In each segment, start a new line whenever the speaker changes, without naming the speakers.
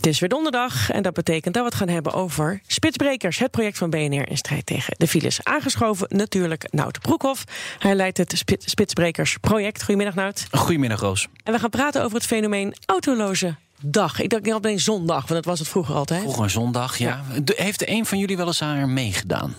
is weer donderdag en dat betekent dat we het gaan hebben over Spitsbrekers, het project van BNR in strijd tegen de files. Aangeschoven natuurlijk Nout Broekhoff. Hij leidt het Spit- Spitsbrekers project. Goedemiddag Nout.
Goedemiddag, Roos.
En we gaan praten over het fenomeen autoloze dag. Ik dacht niet alleen zondag, want dat was het vroeger altijd.
Vroeger een zondag, ja. De- Heeft een van jullie wel eens aan haar meegedaan?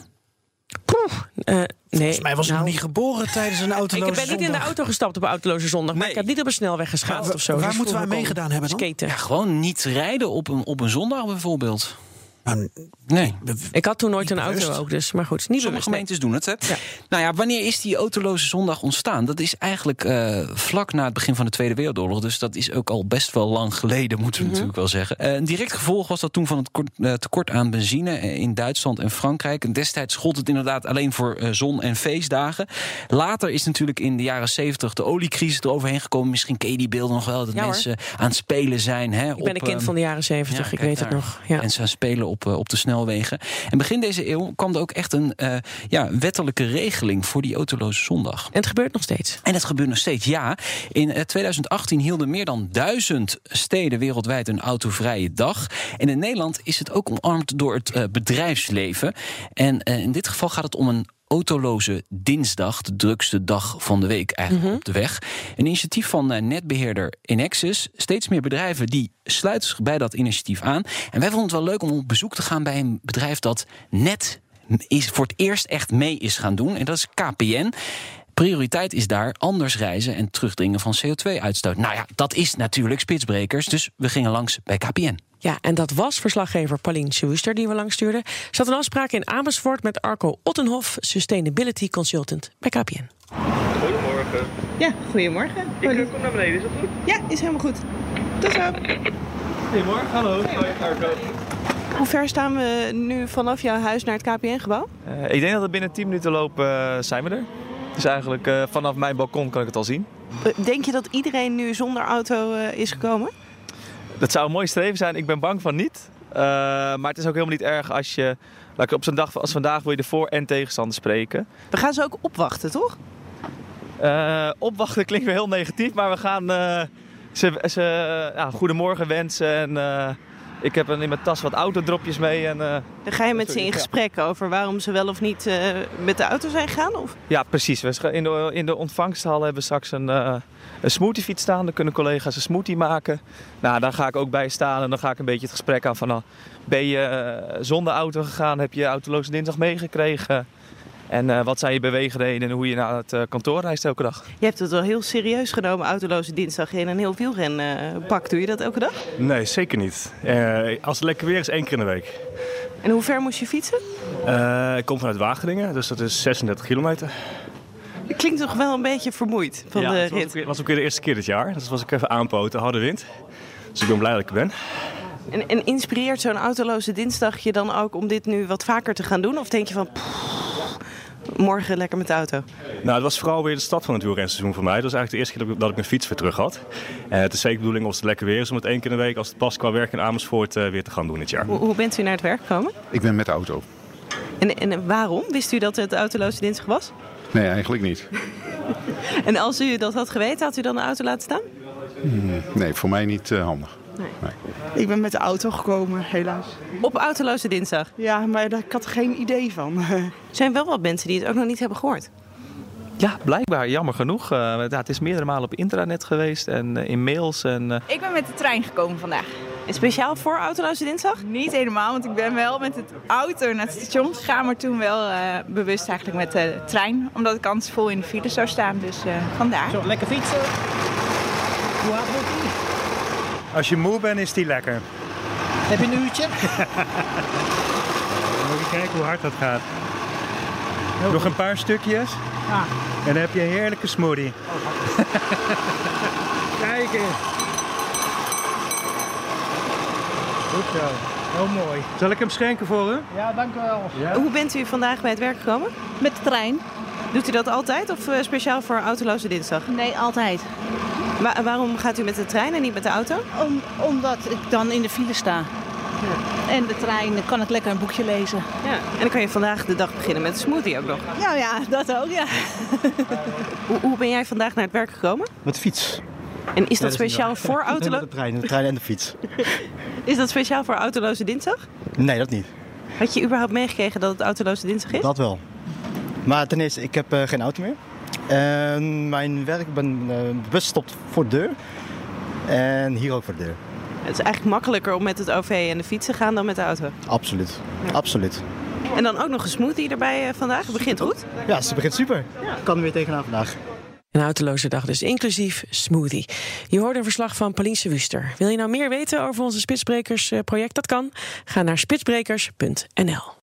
Poeh, eh, nee,
Volgens mij was ik
nou,
nog niet geboren tijdens een autoloze
Ik ben niet in de
zondag.
auto gestapt op autoloze zondag, maar
Nee.
ik had niet op een snelweg geschaatst
Maar
of zo.
waar
Dus
moeten we aan
vroeger
meegedaan
kon
hebben dan?
Skaten.
Ja, gewoon niet rijden op een, op een zondag bijvoorbeeld.
Nou,
Nee.
Ik had toen nooit een
Niet
auto
bewust.
ook, dus maar goed, niet
Sommige
bewust. nee.
gemeentes doen het, hè? Nou ja, wanneer is die autoloze zondag ontstaan? Dat is eigenlijk eh, vlak na het begin van de Tweede Wereldoorlog. Dus dat is ook al best wel lang geleden, moeten we
Mhm.
natuurlijk wel zeggen. Eh, een direct gevolg was dat toen van het kort- eh, tekort aan benzine eh, in Duitsland en Frankrijk. En destijds gold het inderdaad alleen voor eh, zon- en feestdagen. Later is natuurlijk in de jaren zeventig de oliecrisis eroverheen gekomen. Misschien ken je die beelden nog wel, dat
Ja, hoor.
mensen aan het spelen zijn. Hè, eh,
Ik ben een kind van de jaren
eh,
zeventig, ik
kijk
weet het
daar.
nog. Ja.
En ze spelen op, eh, op de snelwegen. En begin deze eeuw kwam er ook echt een eh, ja, wettelijke regeling voor die autoloze zondag.
En het gebeurt nog steeds.
En dat gebeurt nog steeds, ja. In eh, 2018 hielden meer dan duizend steden wereldwijd een autovrije dag. En in Nederland is het ook omarmd door het eh, bedrijfsleven. En eh, in dit geval gaat het om een autoloze dinsdag, de drukste dag van de week eigenlijk op de weg. Een initiatief van eh, netbeheerder Inexus. Steeds meer bedrijven die sluiten zich bij dat initiatief aan. En wij vonden het wel leuk om op bezoek te gaan bij een bedrijf dat net is voor het eerst echt mee is gaan doen. En dat is KPN. Prioriteit is daar anders reizen en terugdringen van CO2-uitstoot. Nou ja, dat is natuurlijk spitsbrekers. Dus we gingen langs bij KPN.
Ja, en dat was verslaggever Pauline Schuster die we langs stuurden. Ze had een afspraak in Amersfoort met Arco Ottenhof, Sustainability Consultant bij KPN.
Goedemorgen.
Ja, goedemorgen.
Ik eh, kom naar beneden, is dat goed?
Ja, is helemaal goed. Tot zo.
Goedemorgen, hallo. Hoi, Arco.
Hoe ver staan we nu vanaf jouw huis naar het KPN-gebouw?
Eh, ik denk dat we binnen 10 minuten lopen eh, zijn we er. Dus eigenlijk eh, vanaf mijn balkon kan ik het al zien.
Eh, Denk je dat iedereen nu zonder auto eh, is gekomen?
Dat zou een mooi streven zijn, ik ben bang van niet. Eh, maar het is ook helemaal niet erg als je... laat ik- Op zo'n dag als vandaag wil je de voor- en tegenstander spreken.
We gaan ze ook opwachten, toch?
Eh, opwachten klinkt weer heel negatief, maar we gaan eh, ze, ze eh, ja, goedemorgen wensen. En, eh, ik heb in mijn tas wat autodropjes mee en... eh,
Dan ga je met
Sorry,
ze in
ja.
gesprek over waarom ze wel of niet eh, met de auto zijn gegaan? Of?
Ja, precies. We scha- In de, eh, in de ontvangsthal hebben we straks een, eh een smoothiefiets staan. Dan kunnen collega's een smoothie maken. Nou, daar ga ik ook bij staan en dan ga ik een beetje het gesprek aan van... nou, ben je eh, zonder auto gegaan? Heb je autoloze dinsdag meegekregen? En eh, wat zijn je beweegredenen en hoe je naar het eh, kantoor reist elke dag?
Je hebt het wel heel serieus genomen, autoloze dinsdag in een heel wielrenpak. pak. Doe je dat elke dag?
Nee, zeker niet. Eh, als het lekker weer is, één keer in de week.
En hoe ver moest je fietsen?
Eh, ik kom vanuit Wageningen, dus dat is 36 kilometer.
Je klinkt toch wel een beetje vermoeid van de
dat was ook,
rit.
weer- was ook weer de eerste keer dit jaar. Dus was ik even aanpoten, harde wind. Dus ik ben blij dat ik er ben.
En, en inspireert zo'n autoloze dinsdag je dan ook om dit nu wat vaker te gaan doen? Of denk je van, "Pff, morgen lekker met de auto?
Nou, het was vooral weer de stad van het wielrenseizoen voor mij. Dat was eigenlijk de eerste keer dat ik, dat ik mijn fiets weer terug had. Eh, het is zeker de bedoeling als het lekker weer is om het één keer in de week, als het past qua werk in Amersfoort, eh, weer te gaan doen dit jaar.
Hoe, hoe bent u naar het werk gekomen?
Ik ben met de auto.
En, en waarom? Wist u dat het autoloze dinsdag was?
Nee, eigenlijk niet.
En als u dat had geweten, had u dan de auto laten staan?
Nee, voor mij niet eh, handig.
Ik ben met de auto gekomen, helaas.
Op autoloze dinsdag.
Ja, maar daar- ik had er geen idee van.
Er zijn wel wat mensen die het ook nog niet hebben gehoord.
Ja, blijkbaar. Jammer genoeg. Eh, ja, het is meerdere malen op intranet geweest en eh, in mails. En, eh,
Ik ben met de trein gekomen vandaag.
En speciaal voor autoloze dinsdag?
Niet helemaal, want ik ben wel met het auto naar het station gegaan, maar toen wel eh, bewust eigenlijk met de trein, omdat ik anders vol in de file zou staan. Dus eh, vandaar.
Als je moe bent, is die lekker. Heb je een uurtje? Even kijken hoe hard dat gaat. Nog een paar stukjes. Ah. En dan heb je een heerlijke smoothie. Oh, Kijk eens. Goed zo. Heel mooi. Zal ik hem schenken voor u?
Hoe bent u vandaag bij het werk gekomen?
Met de trein?
Doet u dat altijd of eh, speciaal voor autoloze dinsdag?
Nee, altijd.
Wa- waarom gaat u met de trein en niet met de auto?
omdat ik dan in de file sta. En de trein kan ik lekker een boekje lezen.
Ja. En dan kan je vandaag de dag beginnen met een smoothie ook nog.
Ja, Nou ja, dat ook, ja.
Hoe, hoe ben jij vandaag naar het werk gekomen?
Met de fiets.
En is eh, dat speciaal voor
Nee, met
autoloze...
de trein, de trein en de fiets.
Is dat speciaal voor Autoloze Dinsdag?
Nee, dat niet.
Had je überhaupt meegekregen dat het Autoloze Dinsdag is?
Dat wel. Maar ten eerste, ik heb eh, geen auto meer. En mijn werk, mijn eh, bus stopt voor de deur. En hier ook voor de deur.
Het is eigenlijk makkelijker om met het OV en de fiets te gaan dan met de auto.
Absoluut. Absoluut.
En dan ook nog een smoothie erbij eh, vandaag. Het begint goed.
Ja, ze begint super. Ik kan er weer tegenaan vandaag.
Een autoloze dag dus, inclusief smoothie. Je hoort een verslag van Pauline Sewuster. Wil je nou meer weten over onze Spitsbrekers eh, project? Dat kan. Ga naar spitsbrekers.nl.